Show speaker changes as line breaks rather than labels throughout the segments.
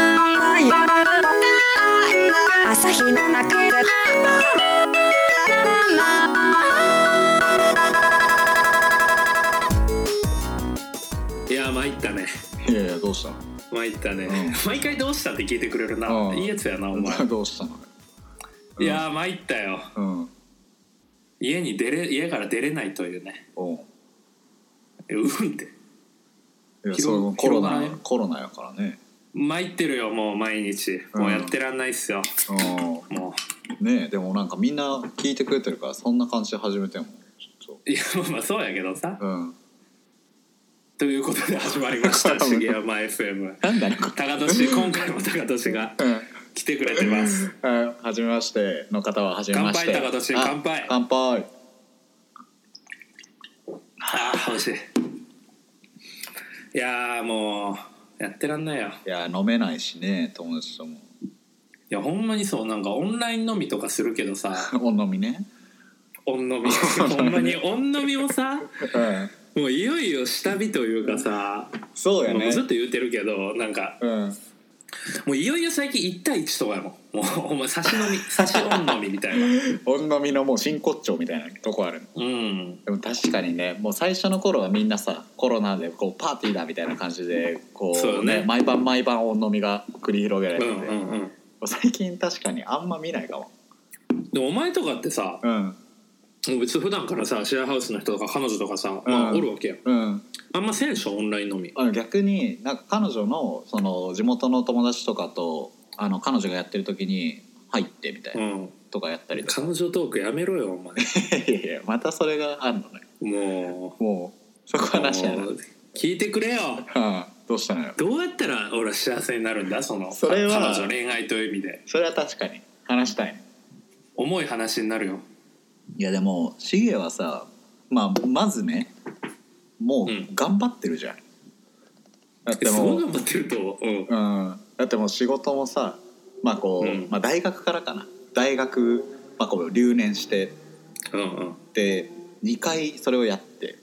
夜朝日の中で
いや参ったね
いやいやどうした
参ったね、
う
毎回どうしたって聞いてくれるな、
うん
いいやつやなお前、
の どうしたの
いやー参ったよ
うん
家に出れ家から出れないというね
おう
うんって
いや
広
それもコロ
広がら
ナ
ない
コロナやからね
参ってるよもう毎日
うん
もうやってらんないっすよ、
うん
も
ねえでもなんかみんな聞いてくれてるからそんな感じで始めてもちょっ
ういやまあそうやけどさ、
とうん
ということで始まりました「茂山 FM
なん だよこ」
高俊今回も高俊が来てくれてます
はじめましての方ははじめまして
乾杯高俊
あ
乾杯
乾杯
ああ美味しいいやーもうやってらんないよい
いや飲めないしね友達とも
やほんまにそうなんかオンライン飲みとかするけどさ
お飲みね
オン 飲みほんまにオン飲みもさ
うん
もういよいよ下火というかさ、
そうや
も
ね
うずっと言うてるけどなんか
うん
もういよいよ最近1対1とかやもんもうお前差し 飲み差しオン飲みみたいな
お飲みのもう真骨頂みたいなとこある
うん
でも確かにねもう最初の頃はみんなさコロナでこうパーティーだみたいな感じでこ
そう
う
よ
ね
ね
毎晩毎晩お飲みが繰り広げられ
う
てて、
んうんうん
最近確かにあんま見ないかも
でもお前とかってさ
うん
もう別に普段からさシェアハウスの人とか彼女とかさ、
うん
まあ、おるわけやん
うん
あんませんでしょオンラインのみ
あの逆になんか彼女のその地元の友達とかとあの彼女がやってる時に入ってみたいうなんとかやったりとか、
彼女トークやめろよお前
いやいやまたそれがあるのね
も
もうそうこはなしやな、
もう聞いてくれよ
うん、どうしたのよ
どうやったら俺は幸せになるんだその
それは
彼女恋愛という意味で
それは確かに話したいね
重い話になるよ
いやでもシゲはさ、まあ、まずね
う
も
ん
う頑張ってるじゃん、だっ
え
て
す
も
ごい、
う
頑張ってるとうん
うん、だってもう仕事もさ、まあこう
うん
まあ、大学からかな大学、まあ、こう留年して
うんうん
で2回それをやって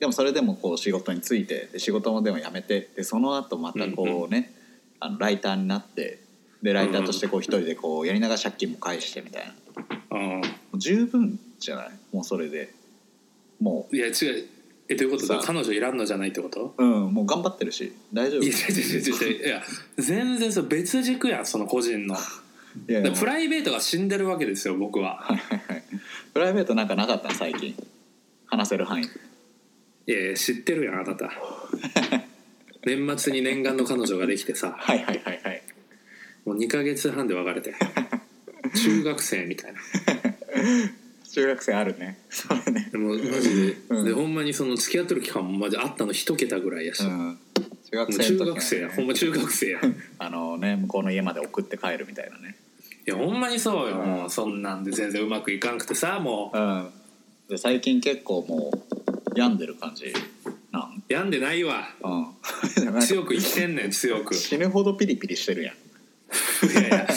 でもそれでもこう仕事に就いてで仕事もでも辞めてでその後またこうね、あのライターになってでライターとしてこう一人でこうやりながら借金も返してみたいなも
うん
う十分じゃないもうそれでもう
いや違うえどういうことだ
さあ
彼女いらんのじゃないってこと
うん、もう頑張ってるし大丈夫
いや違う違う違う違ういや全然そう別軸やんその個人の
い
だ
やで
から
も
プライベートが死んでるわけですよ僕は
プライベートなんかなかった最近話せる範囲
いやいや知ってるやんあな た年末に念願の彼女ができてさ
はいはいはいはい
もう2ヶ月半で別れて中学生みたいな
中学生あるねそれね
でもマジで,、
うん
でほんまにその付き合ってる期間もマジあったの一桁ぐらいやし、
う
も
ん中学
う
生の
中
時はね
学生やほんま中学生やい
あのね向こうの家まで送って帰るみたいなね
やほんまにそうよ、
うん
もうそんなんで全然うまくいかんくてさも
うんで最近結構もう病んでる感じなん
う病んでないわ
うんなんか
強く生きてんねん強 くい
死ぬほどピリピリしてるやん
やいや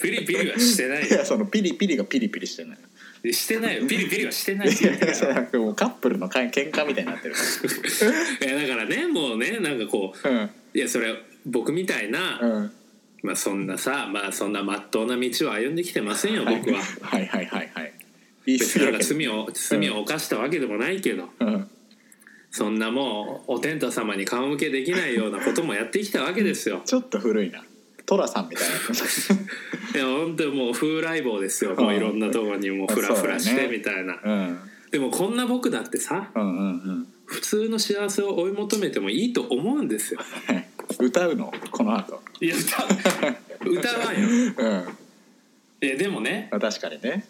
ピリピリはしてない
いやそのピリピリがピリピリしてな
よ
い
してないよピリピリはしてないよ
いやじ ゃなくてもうカップルのか喧嘩みたいになってるか
いやだからねもうねなんかこ
ら
ういやそれ僕みたいな、
うんうん
まあそんなさまあそんな真っ当な道を歩んできてませんよ僕は
はいはいはいはい言い
別に
過ぎ
なん
だ
か
けど
罪を罪を犯したわけでもないけど
うん
そんなもうお天道様に顔向けできないようなこともやってきたわけですよ
ちょっと古いな寅さんみたい
いや本当にもう風来坊ですよもういろんなとこにもうフラフラしてみたいな、
な、うん、
でもこんな僕だってさ
うんうんうん
普通の幸せを追い求めてもいいと思うんですよ
歌うのこの後
いや歌歌わんよ
うんま
いやでもね
あ確かにね、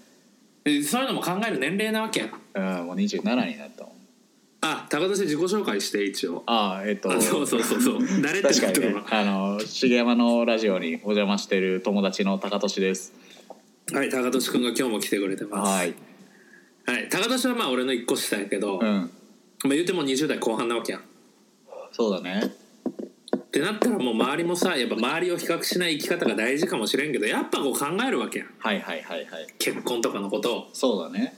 えそういうのも考える年齢なわけやん
うん、もう27になったもん
あ高田氏自己紹介して一応
ああえっと
あそうそうそうそう誰って
確か
言っ
に
て
ね
るの
あの茂山のラジオにお邪魔してる友達の高俊です
はい高田氏くんが今日も来てくれてます
はい、
はい、高田氏はまあ俺の一個下やけど、
う
まあ
ん、
言うても20代後半なわけやん
そうだね
ってなったらもう周りもさやっぱ周りを比較しない生き方が大事かもしれんけどやっぱこう考えるわけやん
はいはいはいはい
結婚とかのことを
そうだね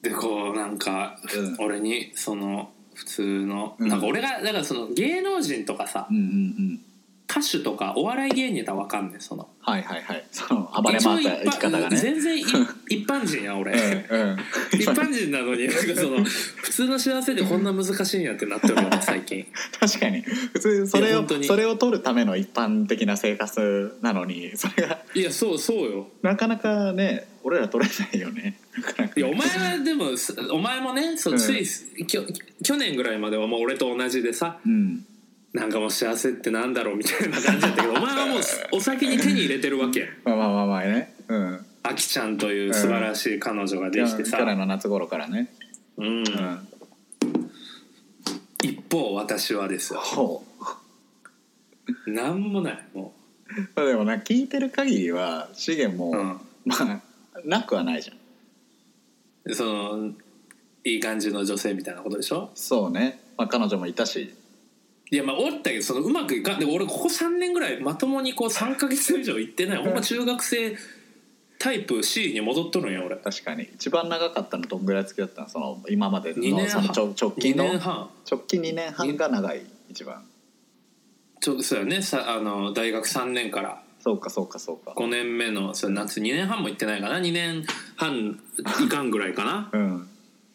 でこうなんか、
うん
俺にその普通の、
うん
なんか俺がだからその芸能人とかさ
うんうん
歌手とかお笑い芸人やったらわかんねんその
はいはいはい その暴れ回った生き方が
一応一般
ね
全 然い一般人や俺、
うんうん
一般人なのになんかその普通の幸せでこんな難しいんやってなってる よね最近
確かに普通そ
い
れ
や
を
本当に
それを取るための一般的な生活なのにそれが
いやそうそうよ
なかなかね俺ら取れないよねなかなか
いやお前はでもすお前もねそううんつい、きょ去年ぐらいまではもう俺と同じでさ
うん
なんかもう幸せってなんだろうみたいな感じだったけどお前はもうお酒に手に入れてるわけ
まあまあまあまあねうん
あきちゃんという素晴らしい彼女ができてさ
去、年の夏頃からね
うん
うん
一方私はですよ
ほう
なんもないも
まあでもな聞いてる限りは資源も、
う、うん、
まあなくはないじゃん
そのいい感じの女性みたいなことでしょ
そうね、まあ、彼女もいたし
いやまあおったけどそのうまくいかんで俺ここ3年ぐらいまともにこう3か月以上行ってないほんま中学生タイプ C に戻っとるんや俺
確かに一番長かったのどんぐらい付き合ったのその今まで
二
の
年
そ
半
のちょ直
2
近の
年半
直近2年半が長い一番
ちょそうやねさあの大学3年から
そうかそうかそうか
5年目のその夏2年半も行ってないかな2年半いかんぐらいかな
うん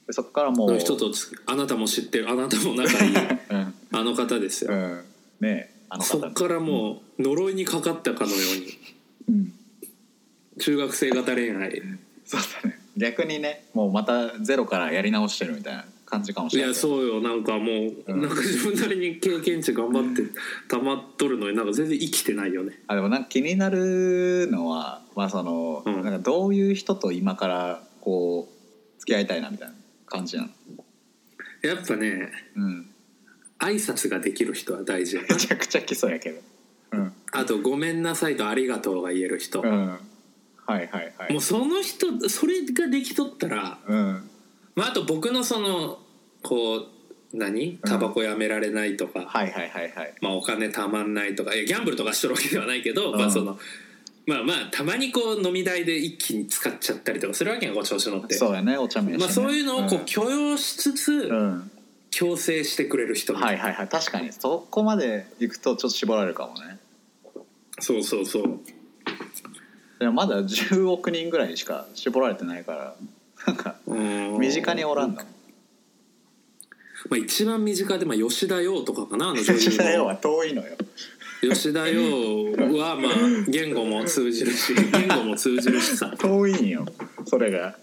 でそこからもう
の人とつあなたも知ってるあなたも仲 いい
うん、
あの方ですよ
うん、ねえあの
そ
方
っからもう呪いにかかったかのように
うん
中学生型恋愛
そうだね逆にねもうまたゼロからやり直してるみたいな感じかもし
い
れない
やそうよなんかもう、
うん
なんか自分なりに経験値頑張って溜まっとるのになんか全然生きてないよね
あでもなんか気になるのはまあその、
うん
なんかどういう人と今からこう付き合いたいなみたいな感じなの
やっぱね
うん
挨拶ができる人は大事や
めちゃくちゃ基礎やけどうん
あと「ごめんなさい」と「ありがとう」が言える人、
うんはいはいは
も
いう
その人それができとったら、
うん
まあ、あと僕のそのこう何タバコやめられないとか、
はいはいはいはい
まあ、お金たまんないとかいやギャンブルとかしとるわけではないけど、
うん
まあそのまあまあたまにこう飲み代で一気に使っちゃったりとかするわけやんこう調子乗って。
そうやねお茶目やし、ね、
まあ、そういうのをこう
う
許容しつつ
ん、うん
強制してくれる人みた
はいい
な
はいはい確かにそこまで行くとちょっと絞られるかもね
そうそうそう
でもまだ10億人ぐらいしか絞られてないからなんか
うん
身近におらんの
まあ、一番身近で、まあ、吉田羊とかかなあの女優の
吉田洋は 遠いのよ
吉田羊 はまあ言語も通じるし言語も通じるしさ
遠いんよそれが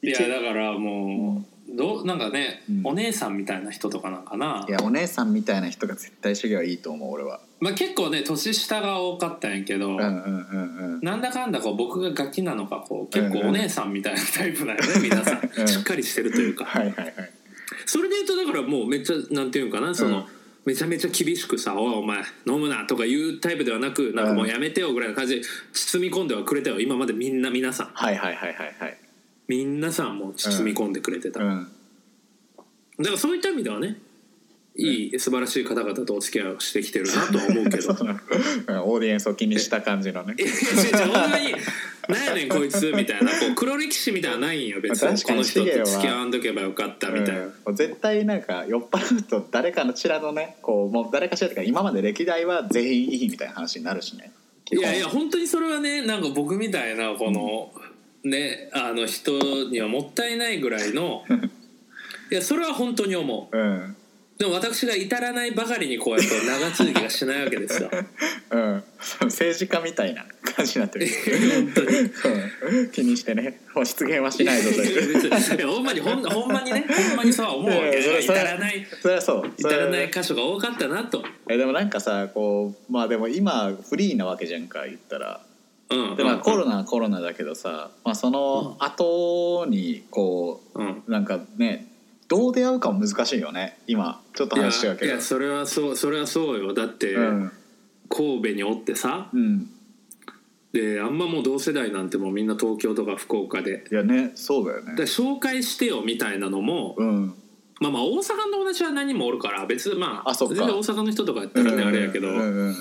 いやだからもうどうなんかね、
うん
お姉さんみたいな人とかなんかない
やお姉さんみたいな人が絶対修行はいいと思う俺は
まあ、結構ね年下が多かったんやけど、
うんうんうんうん
なんだかんだこう僕がガキなのかこう結
うんう
構
ん
お姉さんみたいなタイプ なんよね、皆さ
うん
んしっかりしてるというか
はいはいはい
それで言うとだからもうめっちゃなんていうんかなその、
うん
めちゃめちゃ厳しくさ「おいお前飲むな」とかいうタイプではなくなんかもうやめてよぐらいの感じで包み込んではくれたよ今までみんな皆さん
はいはいはいはいはい
皆さんもう包み込んでくれてた、
うん
だからそういった意味ではねいい素晴らしい方々とお付き合いをしてきてるなとは思うけど
そうなのうんオーディエンスを気にした感じのね
いやいやいやほんまに「何やねんこいつ」みたいなこう黒歴史みたいなのないんよ別に
確か
こ
に
の人
シゲ
と
は
付き合わんとけばよかったみたいな、
うん絶対なんか酔っ払うと誰かのちらのねこうもう誰かしらとか今まで歴代は全員いいみたいな話になるしね
いやいや本当にそれはねなんか僕みたいなこの、ねあの人にはもったいないぐらいのいやそれは本当に思う
うん
でも私が至らないばかりにこうやって長続きがしないわけ ですよ
うんそう政治家みたいな感じにな ってる
本当に
うん気にしてねもう失言はしないぞとい う
別にいやほんまにほんほんまにねほんまにそうは思うわけ
いやいや
至
それ
らない
それはそう
至
それは
らない箇所が多かったなと
えでもなんかさこうまあでも今フリーなわけじゃんか言ったら
うん
でまあコロナはコロナだけどさ、まあ、その後にこ
うん
うなんかねどう出会うかも難しいよね今ちょっと
いや
話してるけ
い
ど
やそれはそうそれはそうよだって、
うん
神戸におってさ
うん
であんまもう同世代なんてもうみんな東京とか福岡で
いやねそうだよ
だから
ね
紹介してよみたいなのも、
うん
まあまあ大阪の同じは何人もおるから別にまあ
あそっか
全然大阪の人とかやったらねあれやけど、
うんうんうん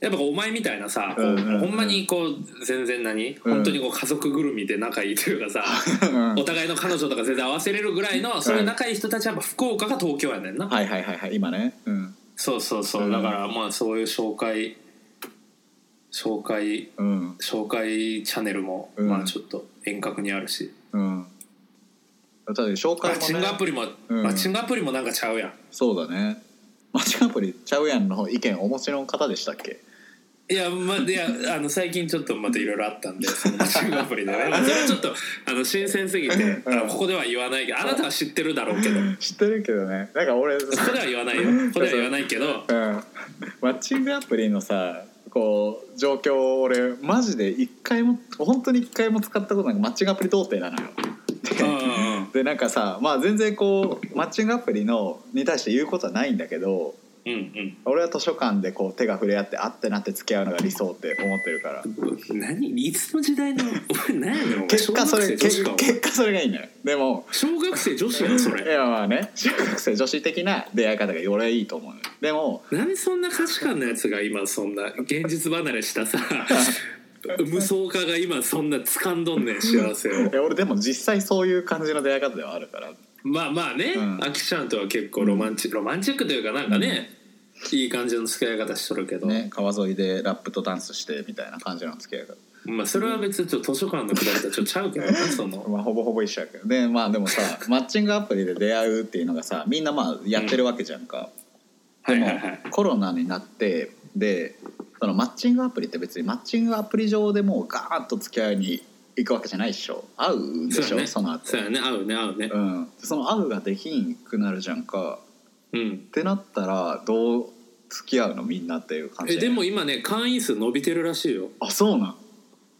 やっぱこうお前みたいなさ、こう
うんうんうん
ほんまにこう全然何、
うん
本当にこう家族ぐるみで仲いいというかさ、
うん
お互いの彼女とか全然合わせれるぐらいのそういう仲いい人たちはやっぱ福岡か東京やねんな、
はいはいはいはい今ねうん
そうそうそう、
うん
だからまあそういう紹介紹介
うん
紹介チャンネルも、
うん
まあちょっと遠隔にあるし、
うんだって紹
マッ
介
チン
も
グ
ね
アプリも、
うん
マッチングアプリもなんかちゃうやん
そうだねマッチングアプリちゃうやんの意見お持ちの方でしたっけ
いや,、まあ、いやあの最近ちょっとまたいろいろあったん でそのマッチングアプリでねまあそれはちょっとあの新鮮すぎて、
うん
あのここでは言わないけどあなたは知ってるだろうけどこ
知ってるけどねなんか俺
こでは言わないよここでは言わないけど
うん、マッチングアプリのさこう状況を俺マジで一回も本当に一回も使ったことなくマッチングアプリ童貞なのよ。
うんうんうん
でなんかさまあ全然こうマッチングアプリのに対して言うことはないんだけど
うん
俺は図書館でこう手が触れ合ってあってなって付き合うのが理想って思ってるから
うん何いつの時代のお前何やねんお前
結果それ
小学生女子
結
かお前
結果それがいいのよでも
小学生女子やんそ
い
れ
やまあね小学生女子的な出会い方が俺はいいと思うのよでも
何そんな価値観のやつが今そんな現実離れしたさ無双化が今そんな掴んどんねん幸せを
いや俺でも実際そういう感じの出会い方ではあるから
まあまあね、
うん
アキちゃんとは結構ロマンチックロマンチックというかなんかね、いい感じの付き合い方しとるけど、
ね、川沿いでラップとダンスしてみたいな感じの付き合い方、
まあそれは別にちょっと図書館のくだりとちょっとちゃうけどなその
まあ、ほぼほぼ一緒やけどでまあでもさ マッチングアプリで出会うっていうのがさみんなまあやってるわけじゃんか、
はい
でも、
はいはい
コロナになってでそのマッチングアプリって別にマッチングアプリ上でもうガーッと付き合いに行くわけじゃないでしょ会うんでし
そ
ょ
う
そ,、
やね
の後
そうやね合うね合うね
うん、その会うができんくなるじゃんか
うん
ってなったらどう付き合うのみんなっていう感じ
えでも今ね会員数伸びてるらしいよ
あそうなん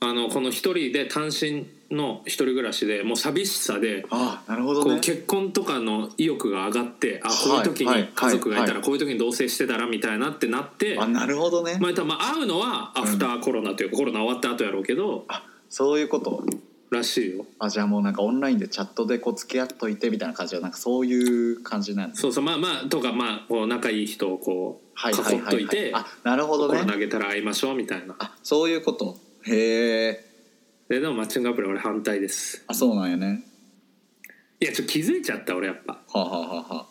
あのこの一人で単身の一人暮らしでもう寂しさで
あなるほど
こう
ね
結婚とかの意欲が上がってあ
は
こう
い
いう時
は
に
い
家族がいた
は
ら
い
こういう時に同棲してたらみたいなってなって
あなるほどね、
まあ、まあ会うのはアフターコロナというかコロナ終わった後やろうけど
そういうこと
らしいよ
あじゃあもうなんかオンラインでチャットでこう付き合っといてみたいな感じはなんかそういう感じなんです
そうそうまあまあとかまあこう仲いい人をこう
はい
囲
はい
っ
はい、
と
はい
て
あなるほど
コロナ
ね
投げたら会いましょうみたいな
あそういうことへえ
ででもマッチングアプリ俺反対です
あそうなんやね
いやちょっと気づいちゃった俺やっぱ
はあ、はあはあは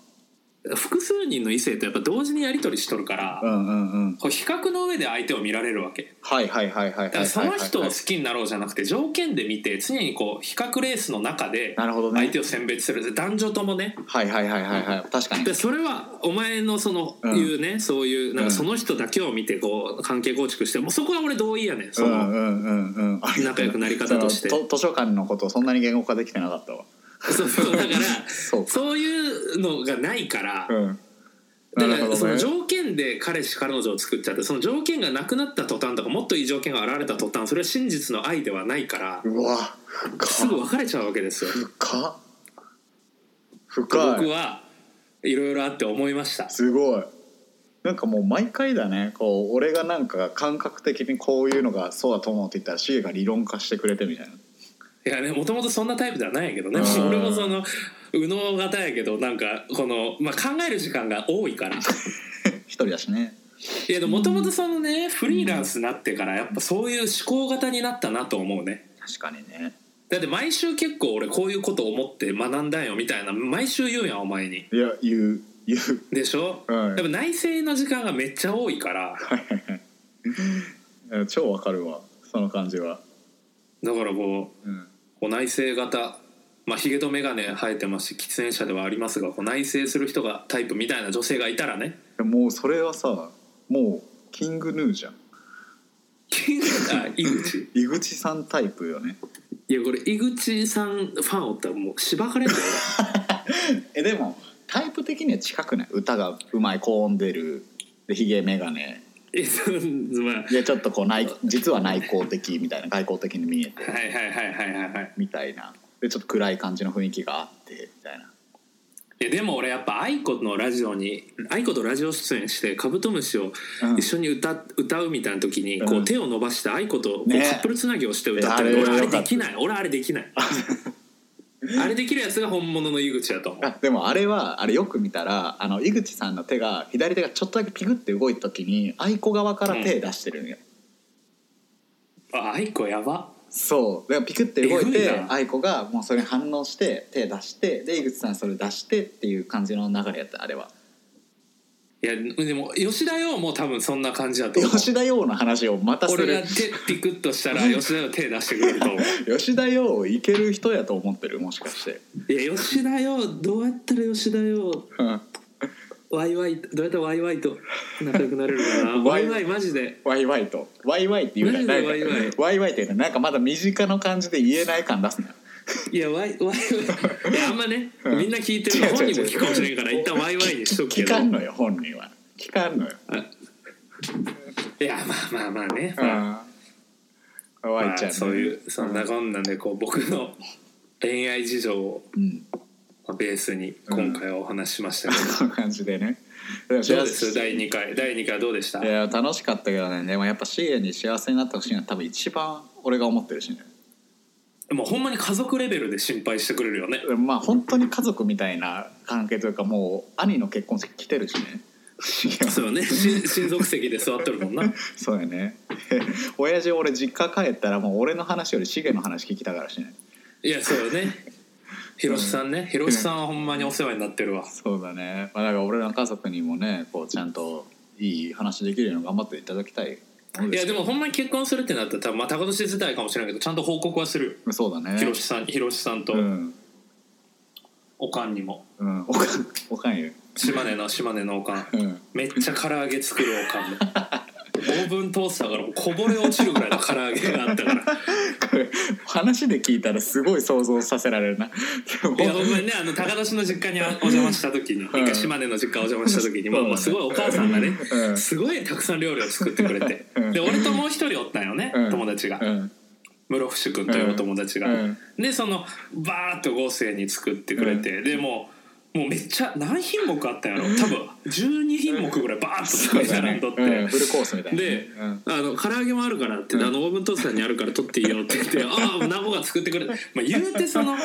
複数人の異性とやっぱ同時にやり取りしとるから、
あ、うんうんうん
こう比較の上で相手を見られるわけ
はいはいはいはいは
だか
いはい
らその人を
は
好
い
きになろうじゃなくて条件で見て常にこう比較レースの中で
なるほどね
相手を選別する男女ともね
はいはいはいはいはい確かに
でそれはお前のその
うん
いうね、そういうなん
うん
かその人だけを見てこう関係構築してもうそこは俺同意やねんそ
うん
の、
うんうんうんありがと
仲
う
良くなり方として
その図図書館のことをそんなに言語化できてなかったわ
そうそうだから
そうか
そういうのがないから、
うん
だ
な
か
るほ
ら
ど
その
ね
条件で彼氏彼女を作っちゃってその条件がなくなった途端とかもっといい条件が現れた途端それは真実の愛ではないから
うわ
す
深
ぐ
っ
別れちゃうわけですよ。
深っ深い
僕はいろいろあって思いました。
すごいなんかもう毎回だねこう俺がなんか感覚的にこういうのがそうだと思うって言ったらシゲが理論化してくれてみたいない
やねもともとそんなタイプではないけどね
あー
俺もその右脳型やけどなんかこの、まあ、考える時間が多い からい
一人だしね
やでもともとそのねフリーランスになってからやっぱそういう思考型になったなと思うね
確かにね
だって毎週結構俺こういうこと思って学んだんよみたいな毎週言うやんお前に
いや言う言う
でしょ、
うん
やっぱ内省の時間がめっちゃ多いから
うん超わかるわその感じは、
だからこう
うん、
こう内省型まあヒゲとメガネ生えてますし喫煙者ではありますがこう内省する人がタイプみたいな女性がいたらね
でももうそれはさもうキングヌーじゃん
金あ井口
井口さんタイプよね
いやこれ井口さんファンおったらもうしばかれんだよ
えでもタイプ的には近くない歌がうまい高音出るでヒゲメガネ
俺えそのまあ
でちょっとこう内実は内向的みたいな外交的に見えて
はいはいはいはいはいはい
みたいなでちょっと暗い感じの雰囲気があってみたいない
やでも俺やっぱ愛子のラジオに愛子とラジオ出演してカブトムシを
うん
一緒に歌,、歌うみたいな時にこ
う
うん手を伸ばして愛子とこうカ
ね
ップルつなぎをして歌ってる、
いやあれ
俺あ
よ
れ
かった
できない俺あれできない あれできるやつが本物の井口だと思う
あでもあれはあれよく見たらあの井口さんの手が左手がちょっとだけピグって動いた時に愛子側から手出してるんよ、
あ愛子やば
そうだからピクって動い
え
て
ぐいな
愛子がもうそれに反応して手出してで井口さんそれ出してっていう感じの流れやったあれは
いやでも吉田羊も多分そんな感じだと思う
吉田洋の話をまたす
俺が
る
手ピクッと したら吉田羊手出してくれると思う
吉田洋いける人やと思ってるもしかして
いや吉田羊どうやったら吉田羊
うん
ワイワイどうやったらワイワイと仲良くなれるかなワ
ワイ
イワイマジで
ワイワイとワイワイって言うな
マジでワイワイ
なんかワイワイっていうのなんかまだ身近な感じで言えない感出すない
やワイ ワイワイいやあんまね
うん
みんな聞いてる
違う違う
本人も聞くかもしれんから一旦ワイワイにしとくけ
聞
ど
かんのよ本人は聞かんのよ
いやまあまあまあね、
うんワ
ま
イ
あ
ちゃんね
そういうそんなこんなんでこう僕の恋愛事情を
うん
ベースに今回はお話ししましたけど、
その感じでね
どうです第2回第2回どうでした
いや楽しかったけどねでもやっぱシエに幸せになってほしいのは多分一番俺が思ってるしね
もうほんまに家族レベルで心配してくれるよね
まあ本当に家族みたいな関係というかもう兄の結婚式来てるし ね
そうねし 親族席で座っとるもんな
そうやね 親父俺実家帰ったらもう俺の話よりシゲの話聞きたからしね
いやそうよ ねひろしさんねひろしさんはほんまにお世話になってるわ
そうだね、まあ、だから俺らの家族にもねこうちゃんといい話できるように頑張っていただきたいもの
い
す
やでもほんまに結婚するってなったら多分まあ高年世代かもしれないけどちゃんと報告はする
そうだね
ひろしさんひろしさんと
うん、
おかんにも
うん、おかんおかんよ、
島根の島根のおかん
うん、
めっちゃ唐揚げ作るおかん ねオーブントースターからもうこぼれ落ちるぐらいの唐揚げがあったから
これ 話で聞いたらすごい想像させられるなでも
いやほんまにねあの高田氏の実家にお邪魔した時に一回島根の実家お邪魔した時にもうもうすごいお母さんがね
うん
すごいたくさん料理を作ってくれて
うん
で俺ともう一人おったんよね
うん
友達が
うん
室伏君というお友達が
うん
でそのバーッと合成に作ってくれてでもうもうめっちゃ何品目あったんやろ多分12品目ぐらいバーッと作り並んどって。
うんフルコースみたいなね
で、
うん
あの唐揚げもあるからって、あのオーブントースターにあるから取っていいよって言 って、ああ、孫が作ってくれ。まあ、言うてその。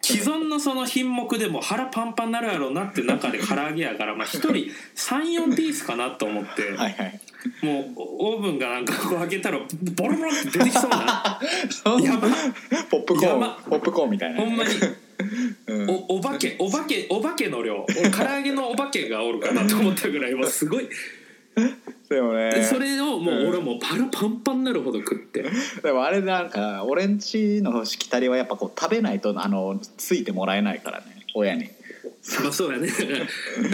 既存のその品目でも腹パンパンになるやろうなって中で唐揚げやから、まあ、1人34ピースかなと思って、
はいはい
もうオーブンがなんかこう開けたらボロボロって出てきそう なやば
ポップコ
や
ー
ば
ンポップコーンみたいな
ほんまに
うん
おお化けお化けお化けの量俺唐揚げのお化けがおるかなと思った ぐらいもうすごい
でもね
それをもう俺もう腹パンパンになるほど食って。
でもあれなんか俺んちのしきたりはやっぱこう食べないとあのついてもらえないからね親に
まあそう やねだから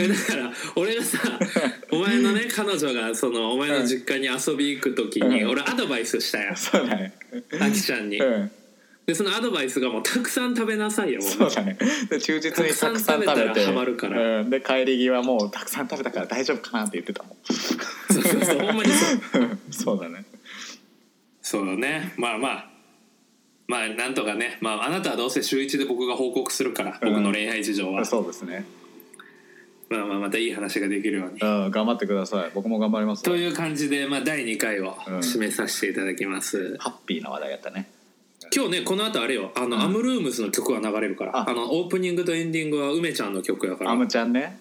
えだから俺がさお前のね彼女がそのお前の実家に遊び行く時に
うん
俺アドバイスしたや
そうだね
あきちゃんに
うん
でそのアドバイスがもうたくさん食べなさいよもう
そうだねで忠実にたくさん食べ
た
て
くさん食べたらハマるから
うん、で帰り際もうたくさん食べたから大丈夫かなって言ってたもん
そうそうそうほんまにそう
そうだね
そうだねまあまあまあなんとかね、まあ、あなたはどうせ週一で僕が報告するから僕の恋愛事情は、
そうですね、
まあまあまたいい話ができるように
うん、頑張ってください僕も頑張ります
という感じで、まあ、第2回を締めさせていただきます、
ハッピーな話題やったね
今日ねこの後あれよあの、アムルームズの曲が流れるからあ
あ
のオープニングとエンディングは梅ちゃんの曲やか
ア
ら
ムちゃんね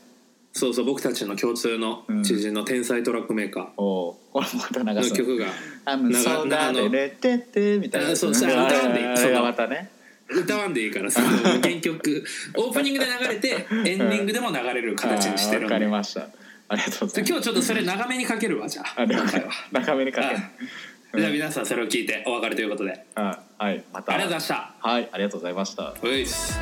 そうそう僕たちの共通の
うん
知人の天才トラックメーカ
おうこれまた
ー
流
の
すの
曲が
あの、
長
そうだね、レッテってみたいなやつ。
あそうそうあ歌うんでいい
あれがまたね。
歌わんでいいからさ原曲オープニングで流れてエンディングでも流れる形にしてるん
あーわか
で
りました。ありがとうござい
で
ます。
今日ちょっとそれ長めにかけるわじゃあ
あ、了
今回
解
は。
中身にかける
あじゃあ皆さんそれを聞いてお別れということで
うんはい、また。
ありがとうございました
はい、ありがとうございました。
ういっす